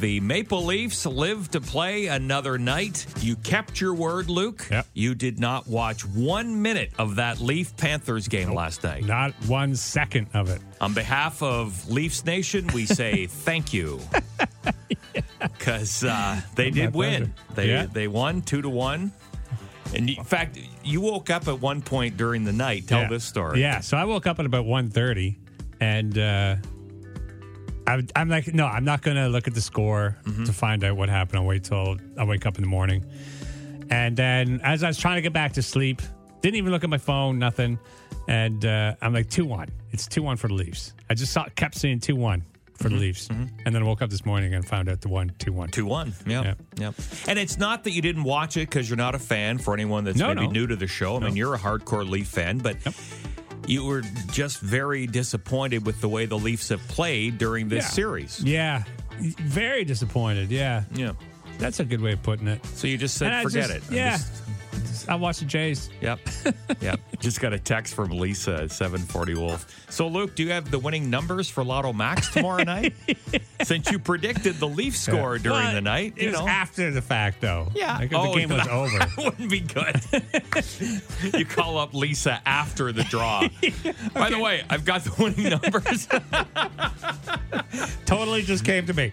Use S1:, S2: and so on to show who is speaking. S1: The Maple Leafs live to play another night. You kept your word, Luke.
S2: Yep.
S1: You did not watch one minute of that Leaf Panthers game last night.
S2: Not one second of it.
S1: On behalf of Leafs Nation, we say thank you. Because uh, they
S2: My
S1: did win.
S2: pleasure.
S1: They,
S2: Yeah.
S1: they won two to one. And you- in fact, you woke up at one point during the night. Tell
S2: Yeah.
S1: this story.
S2: Yeah. So I woke up at about 1.30 and uh, I, I'm like, no, I'm not going to look at the score
S1: Mm-hmm.
S2: to find out what happened. I'll wait till I wake up in the morning. And then as I was trying to get back to sleep, didn't even look at my phone, nothing. And uh, I'm like, 2 1. It's 2 1 for the Leafs. I just saw, kept seeing 2 1 for the Leafs. And then I woke up this morning and found out the 1 2 1.
S1: Mm-hmm. Two one. Yeah.
S2: Yeah.
S1: Yep. And it's not that you didn't watch it because you're not a fan for anyone that's
S2: No,
S1: maybe
S2: no.
S1: new to the show. I mean, you're a hardcore Leaf fan, but you were just very disappointed with the way the Leafs have played during this
S2: Yeah.
S1: series.
S2: Yeah. Very disappointed. Yeah.
S1: Yeah.
S2: That's a good way of putting it.
S1: So you just said,
S2: And I
S1: forget
S2: just-
S1: it. I'm
S2: yeah.
S1: just-
S2: I watched the Jays.
S1: yep. yep. Just got a text from Lisa at 740 Wolf. So, Luke, do you have the winning numbers for Lotto Max tomorrow night? Since you predicted the Leaf score during
S2: Well,
S1: the night, you
S2: it was
S1: know. Oh,
S2: after the fact, though.
S1: Yeah.
S2: Like, if the game was
S1: that
S2: over.
S1: wouldn't be good. you call up Lisa after the draw. By the way, I've got the winning numbers.
S2: totally just came to me.